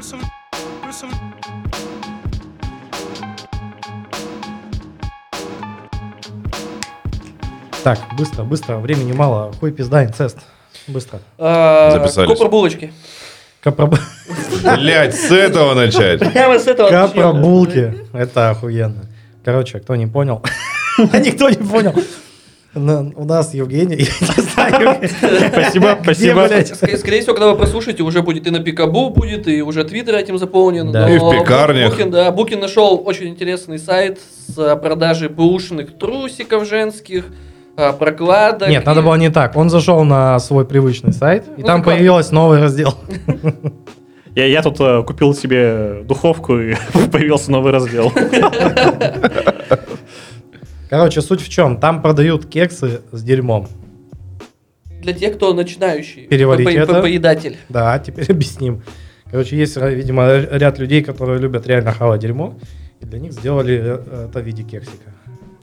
some, with some. Так, быстро, быстро, времени мало. Хуй пизда, инцест. Быстро. Э, Записались. Копра булочки. Капра- Блять, с этого начать. Прямо с этого. Капра начнем. булки. Это охуенно. Короче, кто не понял, никто не понял. Но У нас Евгений, я не знаю, Спасибо, спасибо. блядь? Ск- Скорее всего, когда вы прослушаете, уже будет и на Пикабу будет, и уже Твиттер этим заполнен. Да. И в пекарнях. Букин, да, Букин нашел очень интересный сайт с а, продажей бушных трусиков женских, а, прокладок. Нет, надо И- было не так. Он зашел на свой привычный сайт, и Ну, там так ладно. появился новый раздел. Я, я тут э, купил себе духовку, и появился новый раздел. Короче, суть в чем? Там продают кексы с дерьмом. Для тех, кто начинающий. Переварить По- по- это. Поедатель. Да, теперь объясним. Короче, есть, э, видимо, ря- ряд людей, которые любят реально хавать дерьмо, и для них сделали э, это в виде кексика.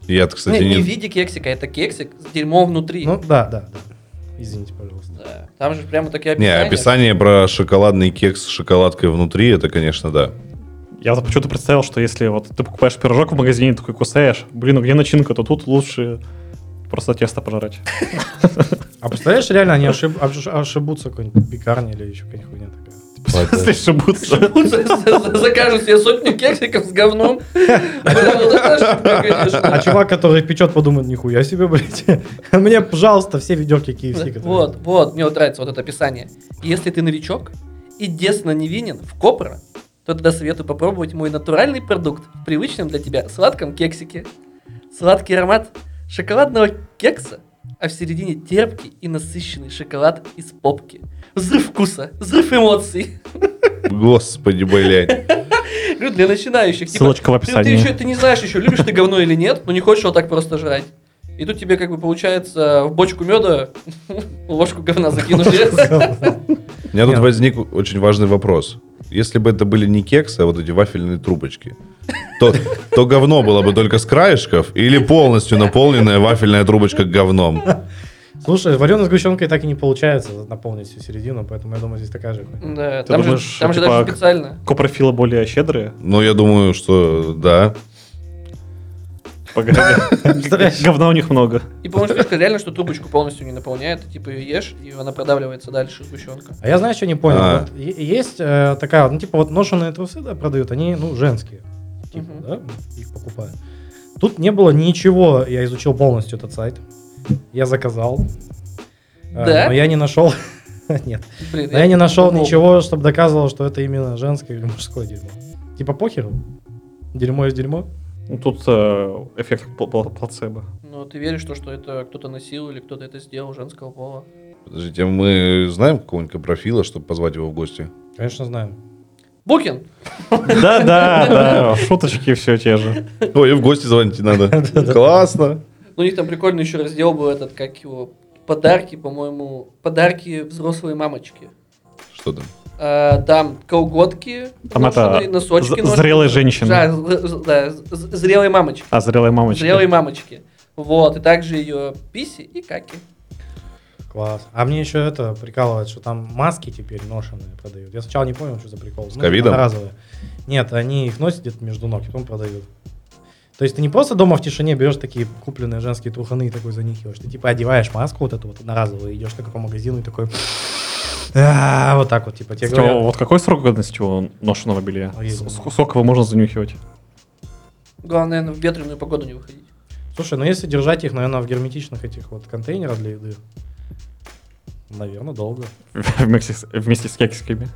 Я, Не, кстати, не в не... виде кексика, это кексик с дерьмом внутри. Ну, да, да, да. Извините, пожалуйста. Да. Там же прямо такие Не, описания. описание про шоколадный кекс с шоколадкой внутри, это, конечно, да. Я вот почему-то представил, что если вот ты покупаешь пирожок в магазине, такой кусаешь, блин, ну где начинка, то тут лучше просто тесто пожрать. А представляешь, реально они ошиб- обж- ошибутся какой-нибудь пекарни или еще какая-нибудь хуйня такая. Если шибутся. Закажут себе сотню кексиков с говном. А, Да, вот это ошибка, конечно. А чувак, который печет, подумает, нихуя себе, блядь. Мне, пожалуйста, все ведерки KFC. которые-» Вот, вот, мне вот нравится вот это описание. Если ты новичок и десно невинен в Копра, то тогда советую попробовать мой натуральный продукт в привычном для тебя сладком кексике. Сладкий аромат шоколадного кекса, а в середине терпкий и насыщенный шоколад из попки. Взрыв вкуса, взрыв эмоций. Господи, блядь. Говорю, для начинающих. Типа, Ссылочка в ты- Ты, еще, описании. ты не знаешь еще, любишь ты говно или нет, но не хочешь его так просто жрать. И тут тебе как бы получается в бочку меда ложку говна закинули. У меня тут Нет. возник очень важный вопрос. Если бы это были не кексы, а вот эти вафельные трубочки, то, то говно было бы только с краешков или полностью наполненная вафельная трубочка говном? Слушай, вареной сгущенкой так и не получается наполнить всю середину, поэтому я думаю, здесь такая же хуйня. Да, Ты там же, думаешь, там же типа, даже к- специально. Копрофилы более щедрые. Ну, я думаю, что да. Погоди. Говна у них много. И, по-моему, фишка реально, что трубочку полностью не наполняет, ты типа ее ешь, и она продавливается дальше сгущенка. А я знаю, что не понял. А. Вот е- есть э, такая, ну, типа, вот ношеные трусы, да, продают, они, ну, женские. Типа, Мгм. да, их покупают. Тут не было ничего, я изучил полностью этот сайт. Я заказал. А, Э, Да? Но я не нашел. Нет. Блин, Но я не нашел думал, ничего, чтобы доказывало, что это именно женское или мужское дерьмо. Типа похеру? Дерьмо есть дерьмо? Ну, Тут э, эффект пл- пл- плацебо. Ну, ты веришь, то, что это кто-то носил или кто-то это сделал женского пола. Подождите, а мы знаем какого-нибудь капрофила, чтобы позвать его в гости? Конечно, знаю. Букин! Да, да, да, шуточки все те же. Ой, и в гости звонить не надо. Классно. Ну, У них там прикольно еще раздел был этот, как его, подарки, по-моему, подарки взрослой мамочки. Что там? А, там колготки, Там это ношеные, носочки. з- ношеные. зрелые Да, женщины. з- з- да, з- з- зрелые мамочки. А зрелые мамочки. Зрелые мамочки. Вот, и также ее писи и каки. Класс. А мне еще это прикалывает, что там маски теперь ношеные продают. Я сначала не понял, что за прикол. С ковидом? Разовые. Нет, они их носят где-то между ног, и потом продают. То есть ты не просто дома в тишине берешь такие купленные женские труханы и такой занихиваешь. Ты типа одеваешь маску вот эту вот одноразовую, идешь такой по магазину и такой... «А, Вот так вот, типа, тебе Кстати, говорят. Вот какой срок годности у ношеного белья? А я С- не знаю. Сколько его можно занюхивать? Главное, наверное, в ветреную погоду не выходить. Слушай, ну если держать их, наверное, в герметичных этих вот контейнерах для еды, наверное, долго. Вместе с- вместе с кексиками.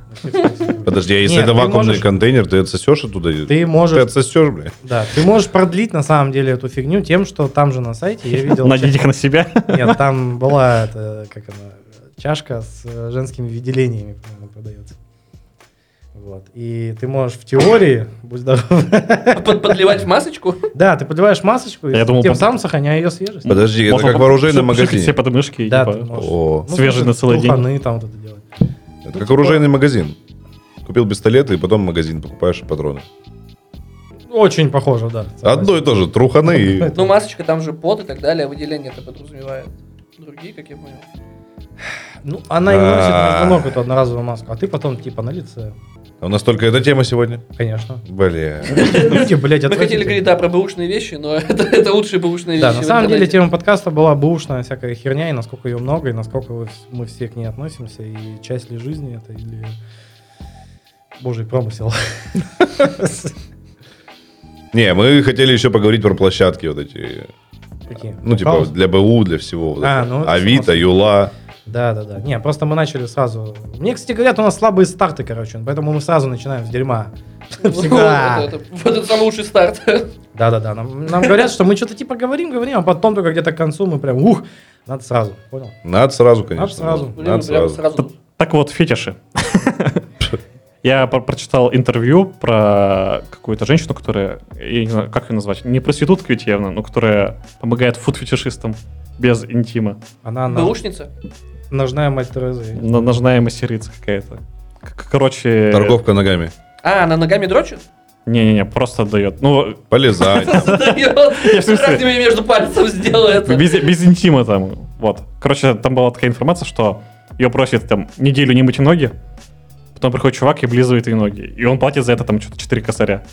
Подожди, а если Нет, это ты вакуумный можешь- контейнер, ты отсосешь оттуда? Ты Ты можешь отсосешь, бля? Да, ты можешь продлить на самом деле эту фигню тем, что там же на сайте я видел... Надеть их на себя. Нет, там была эта, как она, чашка с э, женскими выделениями, по-моему, продается. Вот. И ты можешь в теории, будь здоров. А Под- подливать в масочку? Да, ты подливаешь масочку, и Я думал, тем под- самым сохраняя ее свежесть. Подожди, это Можно как в поп- оружейном пшикать магазине. себе подмышки и Да, типа, ты можешь. О, свежий на целый день. труханы там вот это делать. это как оружейный магазин. Купил пистолеты и потом в магазин покупаешь патроны. Очень похоже, да. согласен. Одно и то же, труханы и... Ну, масочка, там же пот и так далее, а выделение это подразумевает. Другие, как я понял. Ну, она и носит между А. ног эту одноразовую маску, а ты потом типа на лице. А У нас только эта тема сегодня. Конечно. Блин. Люди, блядь, Мы хотели отвратительные. говорить, да, про бэушные вещи, но это, это лучшие бэушные Да, вещи. на в самом деле интернете. тема подкаста была бушная всякая херня, и насколько ее много, и насколько вы- мы все к ней относимся, и часть ли жизни это, или божий промысел. Не, мы хотели еще поговорить про площадки вот эти. Какие? Ну, типа, Пауза? для БУ, для всего. вот А, это. ну, это Авито, само собой. Юла. Да, да, да. Не, просто мы начали сразу. Мне, кстати, говорят, у нас слабые старты, короче, поэтому мы сразу начинаем с дерьма. Всегда. Вот это- Вот это самый лучший старт. Да, да, да. Нам, нам говорят, что мы что-то типа говорим, говорим, а потом только где-то к концу мы прям ух, надо сразу. Понял? Надо сразу, конечно. Надо сразу. Блин, Надо прям сразу. сразу. Так вот, фетиши. Я про- прочитал интервью про какую-то женщину, которая, я не знаю, как ее назвать, не проститутка ведь явно, но которая помогает фуд-фетишистам без интима. Она на, Бэушница? ножная мать Терезы. Н- Ножная мастерица какая-то. К- Короче... Торговка ногами. А, она ногами дрочит? Не-не-не, просто отдает. Ну, Полезать. там. Я в смысле? между пальцев сделает. без, без интима там. Вот. Короче, там была такая информация, что ее просят там неделю не мыть ноги, потом приходит чувак и облизывает ей ноги. И он платит за это там что-то 4 косаря.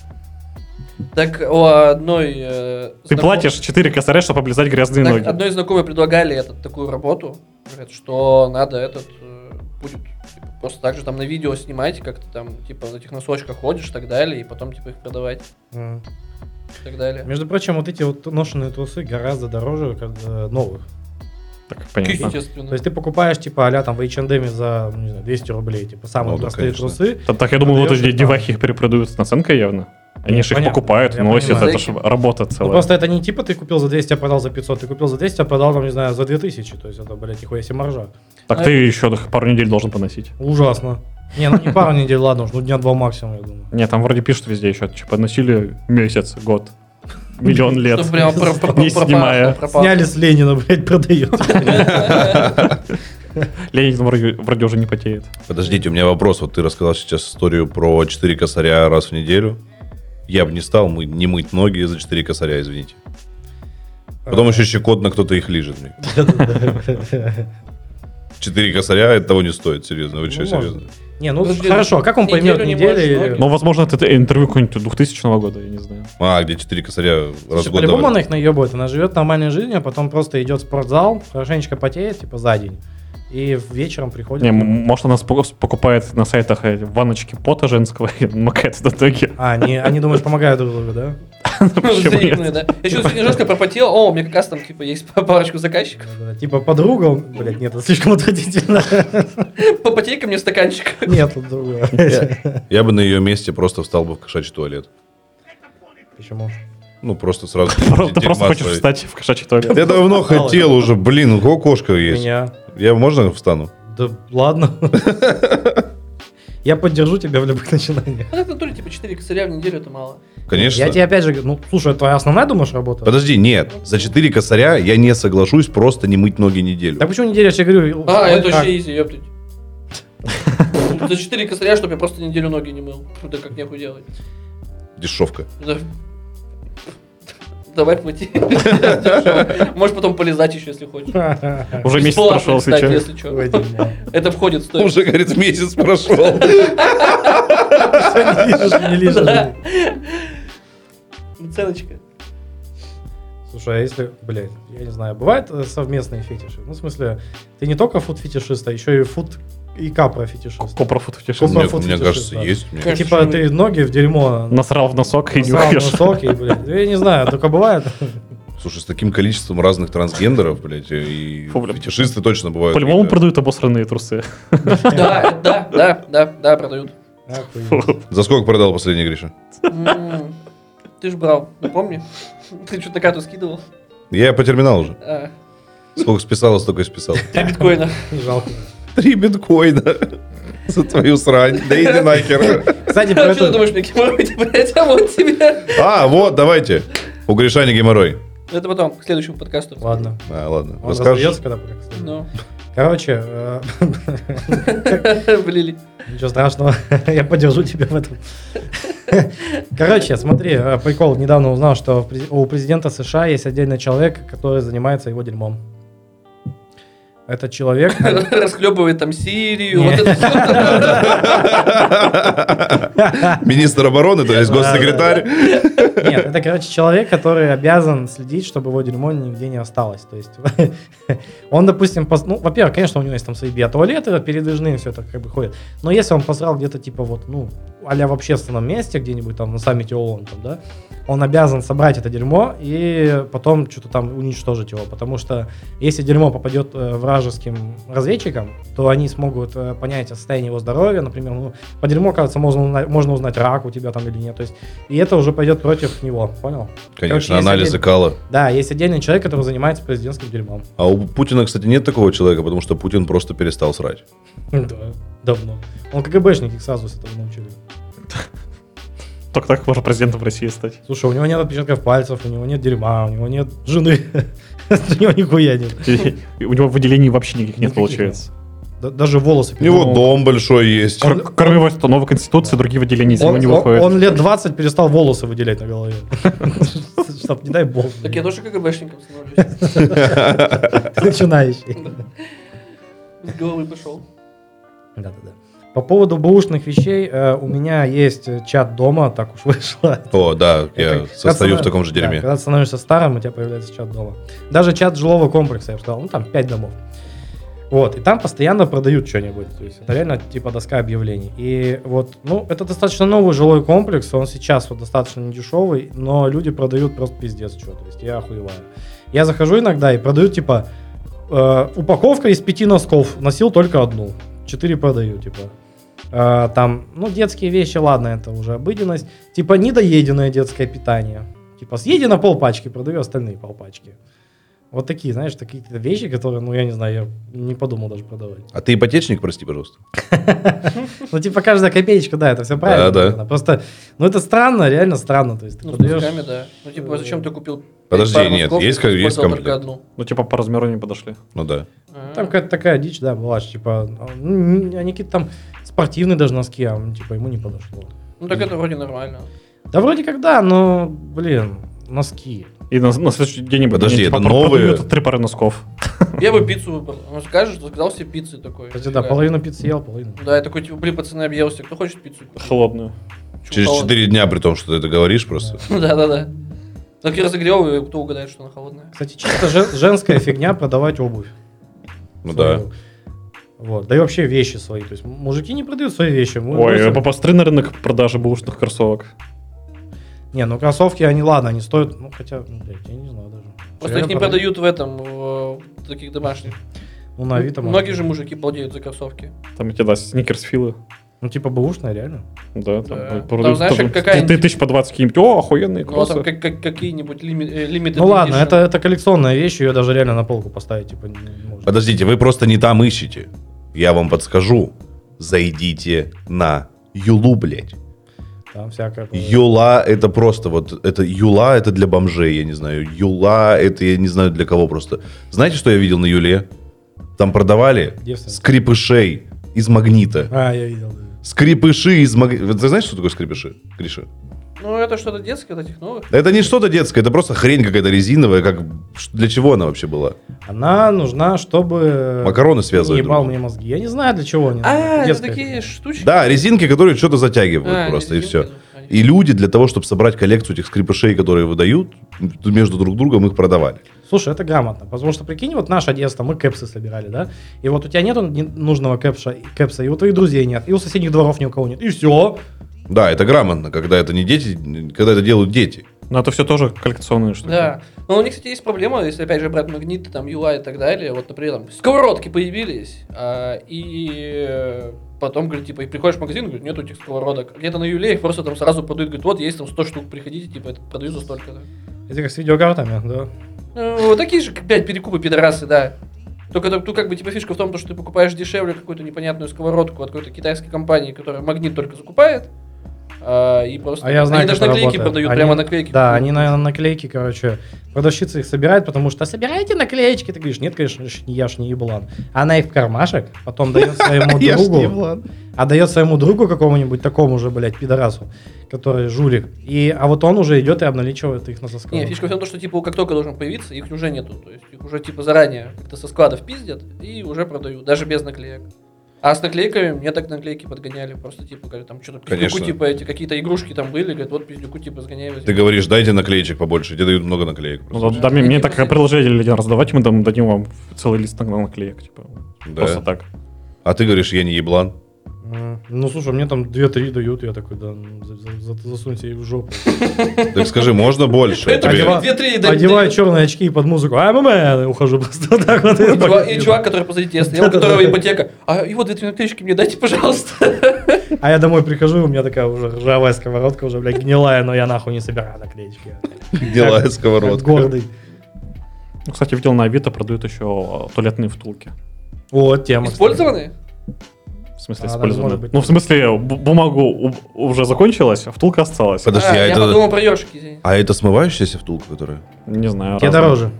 Так у одной... э, Ты знаком- платишь 4 косаря, чтобы облизать грязные Так, ноги. одной знакомой предлагали этот, такую работу. Говорят, что надо этот... э, Будет типа, просто так же там на видео снимать, как ты там, типа, в этих носочках ходишь и так далее, и потом, типа, их продавать М. и так далее. Между прочим, вот эти вот ношенные трусы гораздо дороже как, э, новых. Так, понятно. Естественно. То есть ты покупаешь, типа, а там в H&M за, ну, не знаю, 200 рублей, типа, самые Ну да, простые конечно. трусы. Та- Так я думаю, вот Продаёшь эти их девахи их перепродают с наценкой явно. Они Ну, же их понятно, покупают, я носят, понимаю. это же работа Ну, целая. просто это не типа ты купил за 200, а продал за 500. Ты купил за 200, а продал, там, не знаю, за 2000. То есть это, блядь, нихуя себе маржа. Так ну, ты еще пару недель должен поносить. Ужасно. Не, ну не пару недель, ладно уж, ну дня два максимум, я думаю. Не, там вроде пишут везде еще, типа, носили месяц, год, миллион лет. Чтобы прямо про- про- Не пропало, снимая. пропало. Сняли с Ленина, блядь, продает. Ленин там вроде, вроде уже не потеет. Подождите, у меня вопрос. Вот ты рассказал сейчас историю про 4 косаря раз в неделю. Я бы не стал мы- не мыть ноги за 4 косаря, извините. Э. Потом еще щекотно кто-то их лижет. мне. Да-да-да. 4 косаря это того не стоит, серьезно. Вы что, Ну, может. серьезно? Не, ну Подожди, хорошо, как он неделю поймет не недели? можешь, Но, Ну, возможно, это интервью какое-нибудь 2000 года, я не знаю. А, где 4 косаря раз в год По-любому она давали? их наебывает. Она живет нормальной жизнью, а потом просто идет в спортзал, хорошенечко потеет, типа, за день. И вечером приходит... Не, м- может, она спо- покупает на сайтах э, ванночки пота женского и макает на ноги. А, они, они думаешь, помогают друг другу, да? Почему Взаимные, нет? да. Я что-то сегодня жестко пропотел. О, у меня как раз там, типа, есть парочку заказчиков. Да-да-да. Типа подруга, он- блядь, нет, это слишком отвратительно. Попотей-ка мне стаканчик. Нет, тут другое. Я бы на ее месте просто встал бы в кошачий туалет. Почему? Ну, просто сразу. Про- Ты дерьма просто хочешь свои. встать в кошачий туалет. Я давно Попало. хотел уже, блин, у кого кошка есть? Меня. Я можно встану? Да ладно. Я поддержу тебя в любых начинаниях. А так в натуре, типа, 4 косаря в неделю это мало. Конечно. Я тебе опять же говорю, ну слушай, это твоя основная, думаешь, работа? Подожди, нет, за 4 косаря я не соглашусь просто не мыть ноги неделю. Так почему неделю, я тебе говорю... А, вот это Ну, так. вообще изи, ёптать. За 4 косаря, чтобы я просто неделю ноги не мыл. Ну Да как нехуй делать. Дешевка. Да. Ну, Давай плати. Можешь потом полезать еще, если хочешь. Уже месяц Бесплатно, прошел кстати, сейчас. если Ой, что. дерьмо. Это входит в стоимость. Уже, говорит, месяц прошел. Не лижешь, не лижешь. Да. Ценочка. Слушай, а если, блядь, я не знаю, бывают э, совместные фетиши? Ну, в смысле, ты не только фуд-фетишист, а еще и фуд и капра фетишист. Копрофут Копра- утешил. Мне фото мне фетишист, кажется, да. есть. мне Конечно. кажется. Типа ты ноги в дерьмо Насрал в носок и насрал на нюхаешь. соки, блядь. Я не знаю, только бывает. Слушай, с таким количеством разных трансгендеров, блядь, и Фу, бля. фетишисты точно бывают. По-любому какие-то. продают обосранные трусы. Да, да, да, да, да, продают. Охуеть. За сколько продал последний, Гриша? М, М-м. Ты ж брал, ну, помни. Ты что-то карту скидывал. Я по терминалу уже. А, Сколько списало, столько и списал. Три биткоина. Жалко. Три биткоина за твою срань. Да иди нахер. Кстати, про Что А ты это... думаешь, мне геморрой, блядь, а вот тебе. Ну, А, вот, давайте. У Гришани геморрой. Это потом, к следующему подкасту. Ладно. А, ладно. Он Расскажешь? раздается, когда прокатится. Ну, Короче, э, блин. ничего страшного, я поддержу тебя в этом. Короче, смотри, э, прикол, недавно узнал, что в прези- у президента США есть отдельный человек, который занимается его дерьмом. Это человек, Расхлебывает там Сирию. Не. Вот это всё. Министр обороны, то есть Да, да, да. госсекретарь. Нет, это, короче, человек, который обязан следить, чтобы его дерьмо нигде не осталось. То есть он, допустим, пос- ну, во-первых, конечно, у него есть там свои биотуалеты передвижные, все это как бы ходит. Но если он посрал где-то типа вот, ну, а в общественном месте, где-нибудь там на саммите ООН, там, да, он обязан собрать это дерьмо и потом что-то там уничтожить его. Потому что если дерьмо попадет э, вражеским разведчикам, то они смогут э, понять состояние его здоровья, например, ну, по дерьму, кажется, можно, уна- можно узнать, рак у тебя там или нет. То есть, и это уже пойдет против него, понял? Короче, Конечно, есть анализы отдельный- кала. Да, есть отдельный человек, который занимается президентским дерьмом. А у Путина, кстати, нет такого человека, потому что Путин просто перестал срать. Да, давно. Он КГБшник, их сразу с этого научили. Только так можно президентом России стать. Слушай, у него нет отпечатков пальцев, у него нет дерьма, у него нет жены. У него нихуя нет. И- и У него выделений вообще никаких нет, Никаких получается. Да- Даже волосы. У него Ну, дом большой есть. Кр- Кроме его, что новой конституции, другие выделения из него Он, не он- выходят. он лет 20 перестал волосы выделять на голове. Чтоб, не дай бог. Так я тоже КГБшником становлюсь. Начинающий. С головы пошел. Да, да, да. По поводу бэушных вещей, э, у меня есть э, чат дома, так уж вышло. О, да, Это я когда состою в станов- таком же да, дерьме. когда ты становишься старым, у тебя появляется чат дома. Даже чат жилого комплекса, я бы сказал, ну там 5 домов. Вот, и там постоянно продают что-нибудь. То есть это реально типа доска объявлений. И вот, ну, это достаточно новый жилой комплекс, он сейчас вот достаточно недешевый, но люди продают просто пиздец что. То есть я охуеваю. Я захожу иногда и продаю типа э, упаковка из пяти носков, носил только одну. Четыре продаю, типа. Э, там, ну, детские вещи, ладно, это уже обыденность. Типа недоеденное детское питание. Типа съеди на полпачки, продаю остальные полпачки. Вот такие, знаешь, такие какие-то вещи, которые, ну, я не знаю, я не подумал даже продавать. А ты ипотечник, прости, пожалуйста. Ну, типа, каждая копеечка, да, это все правильно. Да-да. наверное. Просто, ну, это странно, реально странно. То есть ты Ну, с продаешь- носками, да. Ну, типа, зачем ты купил пять Подожди, пар нет, носков, есть как- есть использовал только комплект. одну? Ну, типа, по размеру не подошли. Ну да. А. Там какая-то такая дичь, да, была, что, типа, ну, н- они какие-то там спортивные даже носки, а, ну, типа, ему не подошло. Ну, так это вроде нормально. Да вроде как да, но, блин, носки. И на, на следующий день... Подожди, они, типа, это про- новые? продают три пары носков. Я бы пиццу выбрал. Он скажет, что заказал себе пиццы такой. Кстати, да, Фига. половину пиццы ел, половину. Да, я такой, типа, блин, пацаны, объелся. Кто хочет пиццу? купить? Холодную. Чё, Через холодная? 4 дня, при том, что ты это говоришь просто. Да-да-да. Так я разогрел, и кто угадает, что она холодная. Кстати, чисто жен- женская фигня продавать обувь. Ну да. Свою. Вот, да и вообще вещи свои. То есть м- мужики не продают свои вещи. мы Ой, носим. попостры на рынок продажи бушных кроссовок. Не, ну кроссовки, они ладно, они стоят, ну хотя, ну, блядь, я не знаю даже. Просто их не Реально продают в этом, в в таких домашних. Ну, на Авито можно. Многие же мужики Ну, балдеют за кроссовки. Там эти, да, сникерсфилы. Ну, типа бэушная, реально. Да, там Да. ну, Там, продают знаешь, тоже какая-нибудь- ты- ты тысяч по 20 какие-нибудь. О, охуенные Ну, а кроссы. там как- как- какие-нибудь лими- э, limited Ну ладно, edition. это, это коллекционная вещь, ее даже реально на полку поставить, типа, не не можно. Подождите, вы просто не там ищете. Я вам подскажу. Зайдите на Юлу, блядь. Там всякое. бывает. Юла это просто вот, это Юла это для бомжей, я не знаю. Юла это я не знаю для кого просто. Знаете, что я видел на Юле? Там продавали Девственница. скрипышей из магнита. А, я видел. да. Скрипыши из магнита. Ты знаешь, что такое скрипыши, Гриша? Ну, это что-то детское, вот этих новых. Да Это не что-то детское, это просто хрень какая-то резиновая. Как... ш- Для чего она вообще была? Она нужна, чтобы... Макароны связывают. Не ебал друг друга. мне мозги. Я не знаю, для чего они. нужны. А, это Детская такие фигня. штучки. Да, резинки, которые что-то затягивают А, просто, и резинки, все. да, они- И люди для того, чтобы собрать коллекцию этих скрипышей, которые выдают, между друг другом их продавали. Слушай, это грамотно. Потому что, прикинь, вот наше детство, мы кэпсы собирали, да? И вот у тебя нет нужного кэпша, кэпса, и у твоих друзей нет, и у соседних дворов ни у кого нет. И все. Да, это грамотно, когда это не дети, когда это делают дети. Но это все тоже коллекционные штуки. Да. Но у них, кстати, есть проблема, если опять же брать магниты, там, UI и так далее. Вот, например, там, сковородки появились, а, и э, потом, говорит, типа, и приходишь в магазин, говорит, нету этих сковородок. Где-то на Юле их просто там сразу продают, говорит, вот, есть там 100 штук, приходите, типа, это продаю за столько-то. Это как с видеокартами, да? Ну, вот такие же, как, блядь, перекупы пидорасы, да. Только тут как бы типа фишка в том, то, что ты покупаешь дешевле какую-то непонятную сковородку от какой-то китайской компании, которая магнит только закупает, А, и просто... А я знаю, они как даже это наклейки работает. продают, Они- прямо наклейки. Да, они на наклейки, короче, продавщица их собирает, потому что «А собираете наклеечки? Ты говоришь, нет, конечно, ж- я ж не еблан. Она их в кармашек, потом дает своему Я ж не другу, Влад. а дает своему другу какому-нибудь такому же, блядь, пидорасу, который жулик. И, а вот он уже идет и обналичивает их на сосках. Не, фишка в том, что типа как только должен появиться, их уже нету. То есть их уже типа заранее как-то со складов пиздят и уже продают, даже без наклеек. А с наклейками, мне так наклейки подгоняли, просто типа, говорят, там что-то пиздюку, Конечно. типа, эти какие-то игрушки там были, говорят, вот пиздюку, типа, сгоняй возьми. Ты говоришь, дайте наклеечек побольше, тебе дают много наклеек. Ну, просто. да, да, мне, мне так как приложение лидер раздавать, мы там дадим вам целый лист на- наклеек. Типа, Да. Просто так. А ты говоришь, я не еблан. М, Ну, слушай, мне там 2-3 дают, я такой, да, ну, за- за- за- засунь себе в жопу. Так скажи, можно больше? Я Это тебе- Одева- две-три, да, Одеваю да. черные очки и под музыку, а мэ, ухожу просто так вот. И Ну, чувак, и чувак, который позади тебя стоял, у Да-да-да. которого ипотека. А его две-три наклеечки мне дайте, пожалуйста. А я домой прихожу, и у меня такая уже ржавая сковородка уже, блядь, гнилая, но я нахуй не собираю наклеечки. Делая Как- Как сковородку. гордый. Ну, кстати, видел на Авито продают еще э, туалетные втулки. Вот тема. кстати. Использованные? В смысле, А, да, использованные. может быть. ну, в смысле, бу- бумагу у- уже закончилась, а втулка осталась. Подожди, А, а я это- подумал про ежики, извини. А это смывающаяся втулка, которая? Не знаю. Тебе разные. дороже.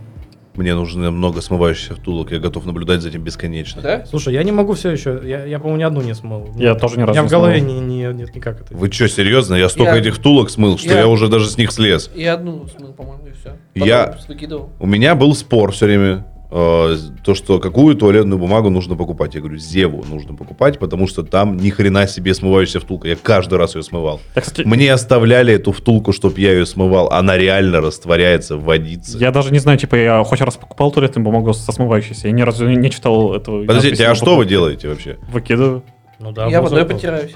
Мне нужно много смывающихся втулок, я готов наблюдать за этим бесконечно. Да? Слушай, я не могу все еще. Я, я, по-моему, ни одну не смыл. Я тоже ни У разу меня не в голове смывал. не, не- нет никак это. Вы что, серьезно? Я столько Я- этих втулок смыл, что Я- я... уже даже с них слез. И одну смыл, по-моему, и все. Я- Выкидывал. У меня был спор все время, э, то, что какую туалетную бумагу нужно покупать. Я говорю, Зеву нужно покупать, потому что там ни хрена себе смывающаяся втулка. Я каждый раз ее смывал. Я, кстати, Мне оставляли эту втулку, чтобы я ее смывал. Она реально растворяется в водице. я даже не знаю, типа, я хоть раз покупал туалетную бумагу со смывающейся. Я ни разу не, не читал этого. Подождите, надписи а на что вы бутылке. делаете вообще? Выкидываю. Ну да, я мусор водой тоже. потираюсь.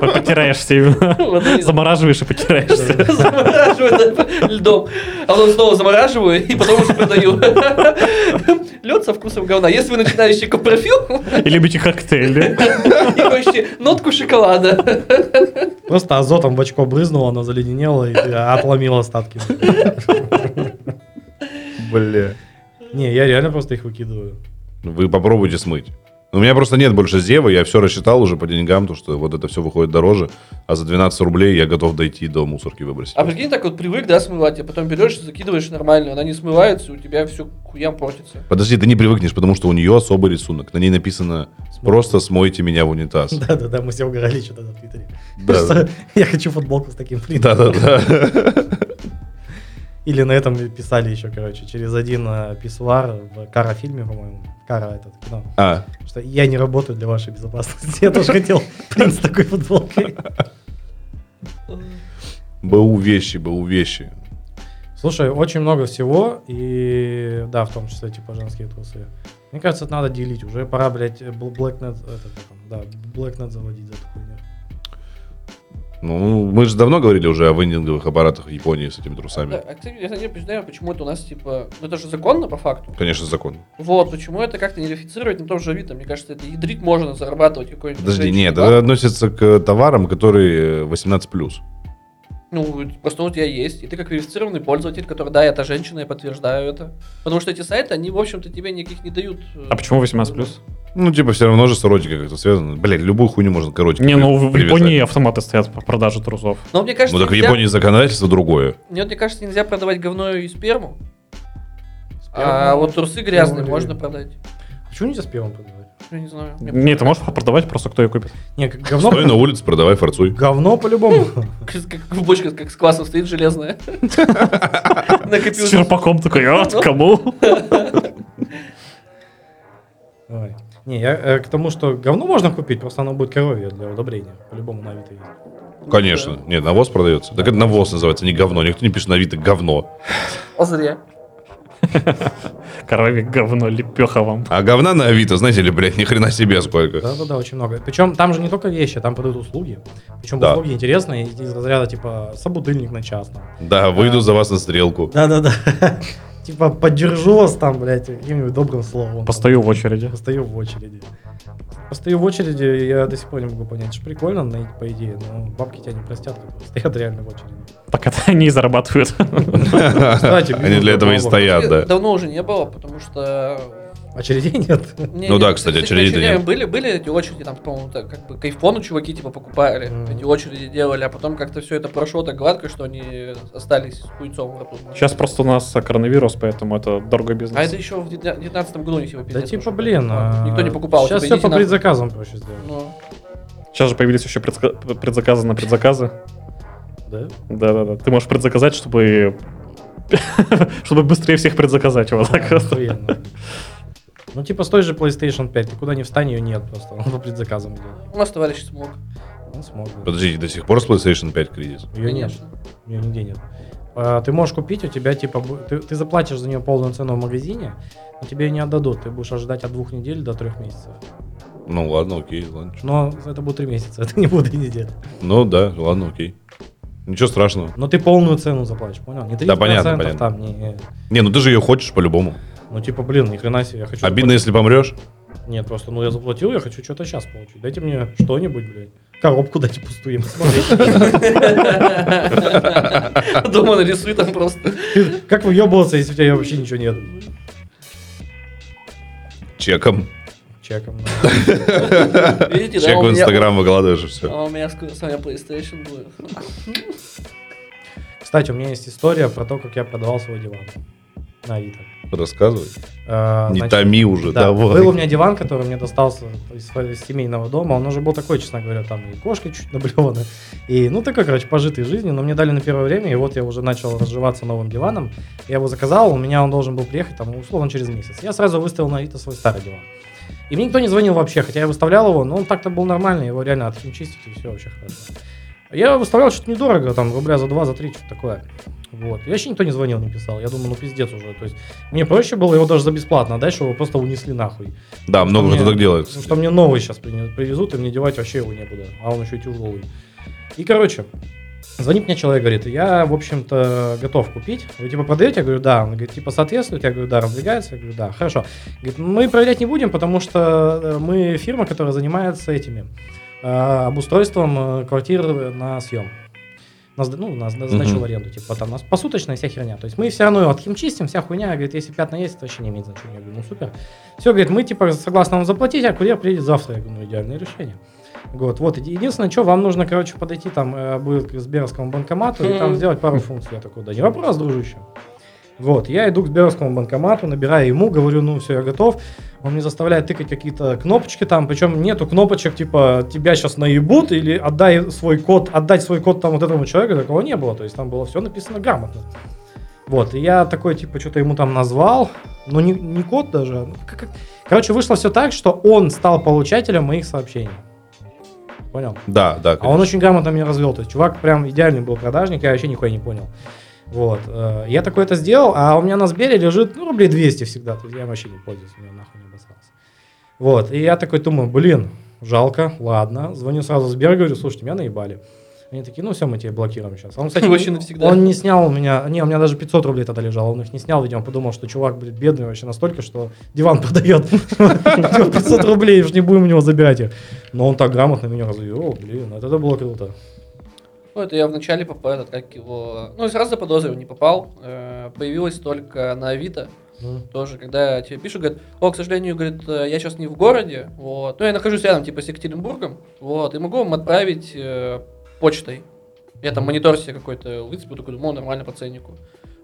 Потираешься именно. Водой- Замораживаешь и потираешься. Замораживаю да, льдом. А потом снова замораживаю и потом уже продаю. Лед со вкусом говна. Если вы начинающий копрофил, И любите коктейли. и хочете нотку шоколада. Просто азотом в очко брызнуло, оно заледенело и э, отломило остатки. Бля. Не, я реально просто их выкидываю. Вы попробуйте смыть. У меня просто нет больше Зевы, я все рассчитал уже по деньгам, то что вот это все выходит дороже, а за 12 рублей я готов дойти до мусорки выбросить. А прикинь, так вот привык, да, смывать, а потом берешь и закидываешь нормально, она не смывается, и у тебя все хуям портится. Подожди, ты не привыкнешь, потому что у нее особый рисунок. На ней написано «Просто смойте меня в унитаз». Да-да-да, мы все угорали что-то на Твиттере. Да, Просто я хочу футболку с таким да, принтом. да. Или на этом писали еще, короче, через один э, писсуар в Кара-фильме, по-моему. Кара этот кино. А, Что я не работаю для вашей безопасности. Я тоже хотел принц такой футболкой. БУ вещи, БУ вещи. Слушай, очень много всего, и да, в том числе типа женские трусы. Мне кажется, это надо делить. Уже пора, блядь, э, бл- Blacknet, это, как он, да, Blacknet заводить за эту хуйню. Ну, мы же давно говорили уже о вендинговых аппаратах в Японии с этими Да, трусами. а кстати, я не понимаю, почему это у нас, типа, ну это же законно по факту. Конечно, закон. Вот, почему это как-то не верифицировать на том же Авито? Мне кажется, это ядрить можно, зарабатывать какой-нибудь... Подожди, женщине нет, бабки. это относится к товарам, которые э, 18+. Ну, просто он у тебя есть, и ты как верифицированный пользователь, который, да, я та женщина, я подтверждаю это. Потому что эти сайты, они, в общем-то, тебе никаких не дают. э, А почему 18 плюс? Ну, типа, все равно же с эротикой как-то связано. Блять, любую хуйню можно к эротике Не, при- ну в привязать. Японии автоматы стоят по продаже трусов. Но мне кажется, Ну, так в нельзя- Японии законодательство другое. мне вот, мне кажется, нельзя продавать говно и сперму. А вот трусы грязные или- можно продать. Почему нельзя с пивом продавать? Я не знаю. мне Не, ты можешь продавать, просто кто ее купит. Не, как Ну, говно... Стой ну. на улице, продавай форцуй. Говно по-любому. как- как бочка как с классом стоит железная. С Накопил. черпаком такой, а, Ну. кому? Ой. Не, я э, к тому, что говно можно купить, просто оно будет коровье для удобрения. По-любому на Авито есть. Конечно. Нет, навоз продается. Так это навоз называется, не говно. Никто не пишет на Авито говно. А зря. Коровик говно, лепеха вам. А говна на Авито, знаете ли, блядь, ни хрена себе сколько. Да, да, да, очень много. Причем там же не только вещи, там продают услуги. Причем Да. услуги интересные из, из разряда типа собутыльник на час. Да, выйду за вас на стрелку. Да, да, да. Типа поддержу вас там, блядь, каким-нибудь добрым словом. Постою в очереди. Постою в очереди. Постою в очереди, я до сих пор не могу понять. Это ж прикольно, на- по идее, но бабки тебя не простят, как бы стоят реально в очереди. Так это они и зарабатывают. Они для этого и бабок. стоят, да. Давно уже не было, потому что Очередей нет. Не, Ну не, да, не, кстати, очереди очередями нет. Были, были эти очереди, там, по-моему, так, как бы к айфону чуваки типа покупали, Мгм. эти очереди делали, а потом как-то все это прошло так гладко, что они остались с хуйцом в рту. Сейчас просто у нас э, коронавирус, поэтому это дорогой бизнес. А это еще в 19 году не всего Да типа, блин, а, Никто не покупал. Сейчас типа, все идите по нахуй. предзаказам проще сделать. Ну, Сейчас же появились еще предзака- предзаказы на предзаказы. Да? Да-да-да. Ты можешь предзаказать, чтобы чтобы быстрее всех предзаказать его. так вот. Охуенно. Ну, типа, с той же PlayStation 5, ты куда не встань, ее нет просто. Он по предзаказам идет. у нас товарищ смог. Он смог. да. Подождите, до сих пор с PlayStation 5 кризис? Ее нет. Ее нигде нет. А, Ты можешь купить, у тебя типа... бу- Ты, ты заплатишь за нее полную цену в магазине, но тебе ее не отдадут. Ты будешь ожидать от двух недель до трех месяцев. Ну ладно, окей, ладно. чё. Но это будет три месяца, это не будет и неделя. Ну да, ладно, окей. Ничего страшного. Но ты полную цену заплатишь, понял? Не 30% Да, понятно, понятно. там, не... Не, ну ты же ее хочешь по-любому. Ну типа, блин, ни хрена себе, я хочу... Обидно, если помрешь. заплатить. Нет, просто, ну я заплатил, я хочу что-то сейчас получить. Дайте мне что-нибудь, блядь. Коробку дайте пустую, я посмотрю. Дома нарисуй там просто. Как выебываться, если у тебя вообще ничего нет? Чеком. Чеком. ну. Видите, да, Чек у в меня- Инстаграм выкладываешь и все. А у меня скоро с вами PlayStation будет. Кстати, у меня есть история про то, как я продавал свой диван на Авито. Рассказывай. А, Не значит, томи уже, Да, давай. был у меня диван, который мне достался из, из семейного дома. Он уже был такой, честно говоря, там и кошка чуть наблевана. И, ну, такой, короче, пожитый жизнью. Но мне дали на первое время, и вот я уже начал разживаться новым диваном. Я его заказал, у меня он должен был приехать, там, условно, через месяц. Я сразу выставил на Авито свой старый диван. И мне никто не звонил вообще, хотя я выставлял его, но он так-то был нормальный, его реально отчистить и все вообще хорошо. Я выставлял что-то недорого, там, рубля за два, за три, что-то такое. Вот. И вообще никто не звонил, не писал. Я думал, ну пиздец уже. То есть мне проще было его даже за бесплатно, а дальше его просто унесли нахуй. Да, много мне- кто так делает. Потому что мне новый сейчас привезут, и мне девать вообще его некуда. А он еще и тяжелый. И, короче, звонит мне человек, говорит, я, в общем-то, готов купить. Вы, типа, продаете? Я говорю, да. Он говорит, типа, соответствует? Я говорю, да, раздвигается? Я говорю, да, хорошо. Говорит, мы проверять не будем, потому что э, мы фирма, которая занимается этими э, обустройством э, квартир на съем. Нас, ну, нас назначил Мгм. в аренду, типа там у нас посуточная вся херня. То есть мы все равно его отхимчистим, вся хуйня, говорит, если пятна есть, это вообще не имеет значения. Я говорю, ну супер. Все, говорит, мы типа согласны вам заплатить, а курьер приедет завтра. Я говорю, ну идеальное решение. Вот, вот, еди- единственное, что вам нужно, короче, подойти там э, будет к Сберовскому банкомату и там Мгм. сделать пару функций. Я такой, да не вопрос, дружище. Вот, я иду к Сберовскому банкомату, набираю ему, говорю, ну все, я готов. Он мне заставляет тыкать какие-то кнопочки там, причем нету кнопочек типа тебя сейчас наебут или отдай свой код, отдать свой код там вот этому человеку, такого не было, то есть там было все написано грамотно. Вот, и я такой, типа, что-то ему там назвал, но Ну, не, не код даже. ну, как- как- Короче, вышло все так, что он стал получателем моих сообщений. Понял? Да, да. А он очень грамотно меня развел. То есть чувак прям идеальный был продажник, я вообще нихуя не понял. Вот. э, Я такой это сделал, а у меня на Сбере лежит, ну, рублей 200 всегда. То есть я им вообще не пользуюсь, у меня нахуй не обосрался. Вот. И я такой думаю, блин, жалко, ладно. Звоню сразу в Сбер, говорю, слушайте, меня наебали. Они такие, ну все, мы тебя блокируем сейчас. А Он, кстати, Вообще навсегда. он не снял у меня, не, у меня даже 500 рублей тогда лежало, он их не снял, видимо, подумал, что чувак, блядь, бедный вообще настолько, что диван продает. 500 рублей, уж не будем у него забирать их. Но он так грамотно меня развел, блин, это это было круто. Ну, это я вначале попал, этот, как его... Ну, сразу заподозрил, не попал. Э, Появилось только на Авито. Ну, Тоже, когда тебе пишут, говорят, о, к сожалению, говорит, э, я сейчас не в городе, вот. Ну, я нахожусь рядом, типа, с Екатеринбургом, вот, и могу вам отправить э, почтой. Я там монитор себе какой-то выцепил, такой, думаю, «О, нормально по ценнику.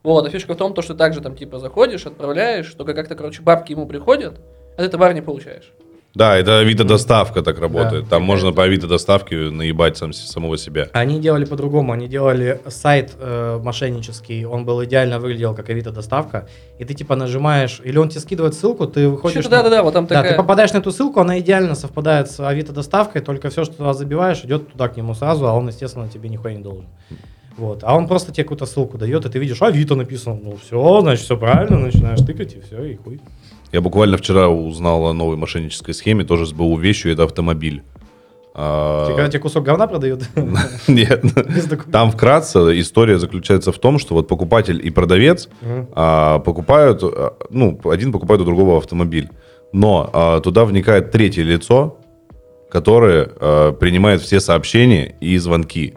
Вот, а фишка в том, то, что также там, типа, заходишь, отправляешь, только как-то, короче, бабки ему приходят, а ты товар не получаешь. Да, это Авито доставка так работает. Да. Там можно по Авито доставке наебать сам, с- самого себя. Они делали по-другому, они делали сайт э, мошеннический, он был идеально выглядел как Авито доставка, и ты типа нажимаешь, или он тебе скидывает ссылку, ты выходишь... Чё-то на- Да-да-да, вот там Да, такая... ты попадаешь на эту ссылку, она идеально совпадает с Авито доставкой, только все, что туда забиваешь, идет туда к нему сразу, а он, естественно, тебе нихуя не должен. Вот. А он просто тебе какую-то ссылку дает, и ты видишь, Авито написано. Ну все, значит, все правильно, начинаешь тыкать, и все, и хуй. Я буквально вчера узнал о новой мошеннической схеме, тоже с БУ вещью, это автомобиль. А, Тебе, когда тебе кусок говна продают, Нет. без документов. Там вкратце история заключается в том, что вот покупатель и продавец Мгм. а, покупают, а, ну, один покупает у другого автомобиль, но а, туда вникает третье лицо, которое а, принимает все сообщения и звонки.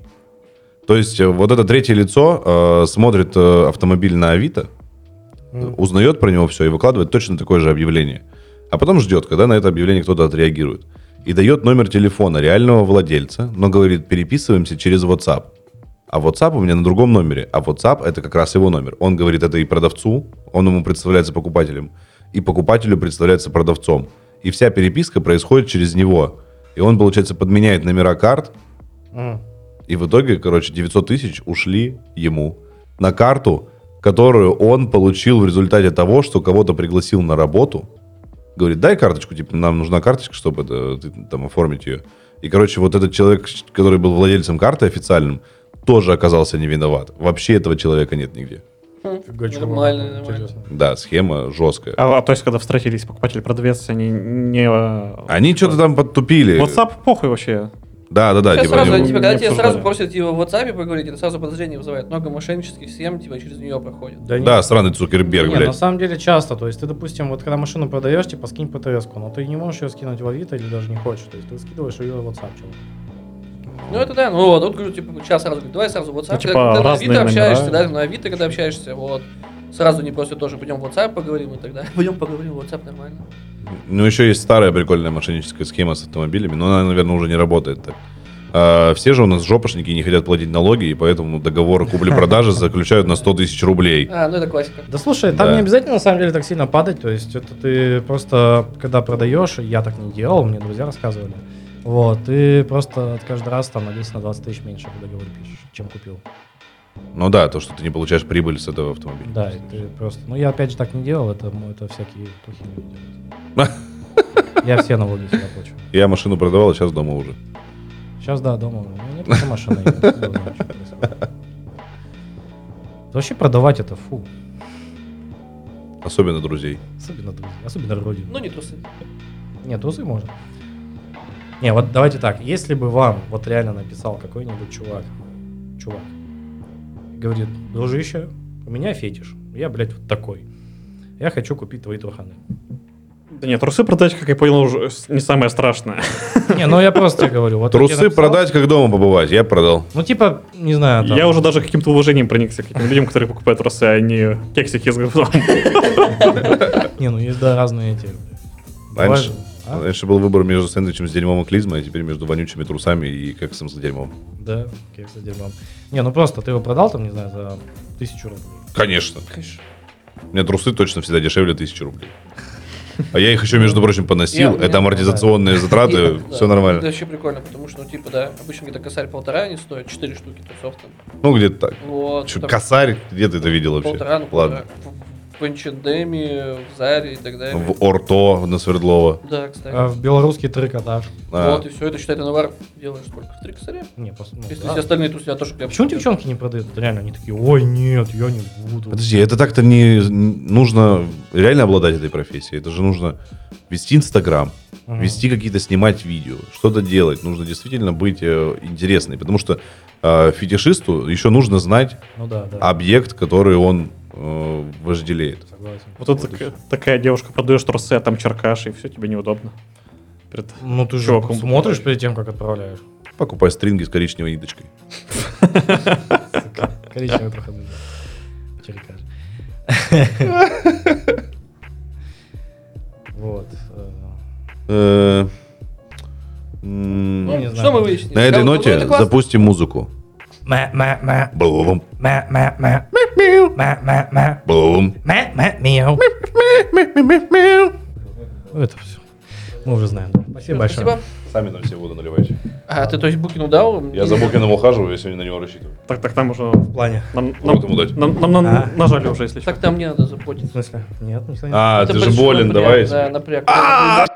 То есть э, вот это третье лицо а, смотрит э, автомобиль на Авито, Мгм. узнает про него все и выкладывает точно такое же объявление. а потом ждет, когда на это объявление кто-то отреагирует. И дает номер телефона реального владельца, но говорит, переписываемся через WhatsApp. А WhatsApp у меня на другом номере, а WhatsApp это как раз его номер. Он говорит это и продавцу, он ему представляется покупателем, и покупателю представляется продавцом. И вся переписка происходит через него. И он, получается, подменяет номера карт, М. и в итоге, короче, 900 тысяч ушли ему на карту, которую он получил в результате того, что кого-то пригласил на работу. Говорит, дай карточку, типа, нам нужна карточка, чтобы это, ты там оформить ее. И, короче, вот этот человек, который был владельцем карты официальным, тоже оказался не виноват. Вообще этого человека нет нигде. Хм, Фига, чувак, Нормально, нормально. интересно. Да, схема жесткая. А, а то есть, когда встретились покупатель и продавец, они не... а, Они э, что-то там подтупили. WhatsApp похуй вообще. Да, да, да. Сейчас типа, сразу, они- не типа, когда тебя обсуждали. сразу просят типа, в WhatsApp поговорить, это сразу подозрение вызывает. Много мошеннических схем типа, через нее проходит. Да, нет. Да, сраный Цукерберг, Не, на блядь. самом деле часто. То есть ты, допустим, вот когда машину продаешь, типа скинь птс но ты не можешь ее скинуть в Авито или даже не хочешь. То есть ты скидываешь ее в WhatsApp человеку. Ну это да, ну вот, тут говорю, типа, сейчас сразу говорю, давай сразу в WhatsApp, Ну, типа, когда, когда на разные Авито общаешься, номера. да, на Авито, когда общаешься, вот, сразу не просят тоже, пойдем в WhatsApp поговорим и тогда. Пойдем поговорим в WhatsApp нормально. Ну, еще есть старая прикольная мошенническая схема с автомобилями, но она, наверное, уже не работает так. А, все же у нас жопошники не хотят платить налоги, и поэтому договор купли-продажи заключают на 100 тысяч рублей. А, ну это классика. Да слушай, там Да. не обязательно на самом деле так сильно падать, то есть это ты просто, когда продаешь, я так не делал, мне друзья рассказывали, вот, ты просто каждый раз там на 10-20 тысяч меньше в договор пишешь, чем купил. Ну да, то, что ты не получаешь прибыль с этого автомобиля. Да, и ты просто, ну я опять же так не делал, это, м- это всякие тухи люди делают. Я все налоги всегда плачу. Я машину продавал, а сейчас дома уже. Сейчас, да, дома у меня нет просто машины. я не знаю, что происходит. Да Вообще продавать это фу. Особенно друзей. Особенно друзей, особенно родину. Ну не трусы. Нет, тузы можно. Не, вот давайте так. Если бы вам вот реально написал какой-нибудь чувак, чувак, говорит, дружище, у меня фетиш, я, блядь, вот такой. Я хочу купить твои труханы. Да нет, трусы продать, как я понял, уже с- не самое страшное. Не, ну я просто говорю. Вот он тебе Трусы написал, продать, как дома побывать. Я продал. Ну, типа, не знаю, там, Я уже даже каким-то уважением проникся к этим людям, которые покупают трусы, а не кексики с говном. Не, ну есть, да, разные эти. Раньше, Важно, а? раньше был выбор между сэндвичем с дерьмом и клизмой, а теперь между вонючими трусами и кексом с дерьмом. Да, кекс с дерьмом. Не, ну просто ты его продал там, не знаю, за тысячу рублей. Конечно. У меня трусы точно всегда дешевле тысячи рублей. А я их еще, между прочим, поносил. Я- Это я- амортизационные затраты, Да, все Это нормально. вообще прикольно, потому что, ну типа, да, обычно где-то косарь полтора они стоят, четыре штуки трусов там. Ну, где-то так. Вот. Чё, там Косарь, где ты это видел вообще? Полтора, ну Ладно. полтора. В- В H&M, в Заре и так далее. В Орто на Свердлова. Да, кстати. А в белорусский трикотаж. А, Вот и все, это считай, ты навар делаешь сколько? В три косаря? Не, просто... ну, Если да. все остальные тусы, я тоже А кляп. Почему девчонки не продают? Вот Реально, они такие, ой, нет, я не буду. Подожди, это так-то не н- нужно реально обладать этой профессией. Это же нужно вести Инстаграм, Мгм. вести какие-то, снимать видео, что-то делать. Нужно действительно быть э, интересной, потому что э, фетишисту еще нужно знать Ну да, да. объект, который он э, вожделеет. Согласен. Вот тут так- такая девушка продаешь трусы, а там черкаш, и все, тебе неудобно. Перед- Ну ты же Чуваком смотришь покупаешь. перед тем, как отправляешь. Покупай стринги с коричневой ниточкой. Коричневый проходной. Черкаш. Вот. э, Э, Ну, м, не что знаю. мы выяснили? На этой Да, ну, ноте это классно. запустим музыку. Мэ, мэ, мэ, Блум, мэ, мэ, мэ. Мэ, мэ, мэ. блум. Мэ, мэ, мяу. Ну, Это все. Мы уже знаем. да. Спасибо большое. Спасибо. Сами там все воду наливаете. А, ты то есть Букину дал? Я за Букиным ухаживаю, я сегодня на него рассчитываю. Так, так, там уже... В плане. Нам, Ну, нам, Вот ему дать. нам- нам- нам А. нажали уже, если что. Так там не надо В заплатить. смысле? Нет, никто не А, Это ты же большой болен, напряг, давай. А, Да, напряг.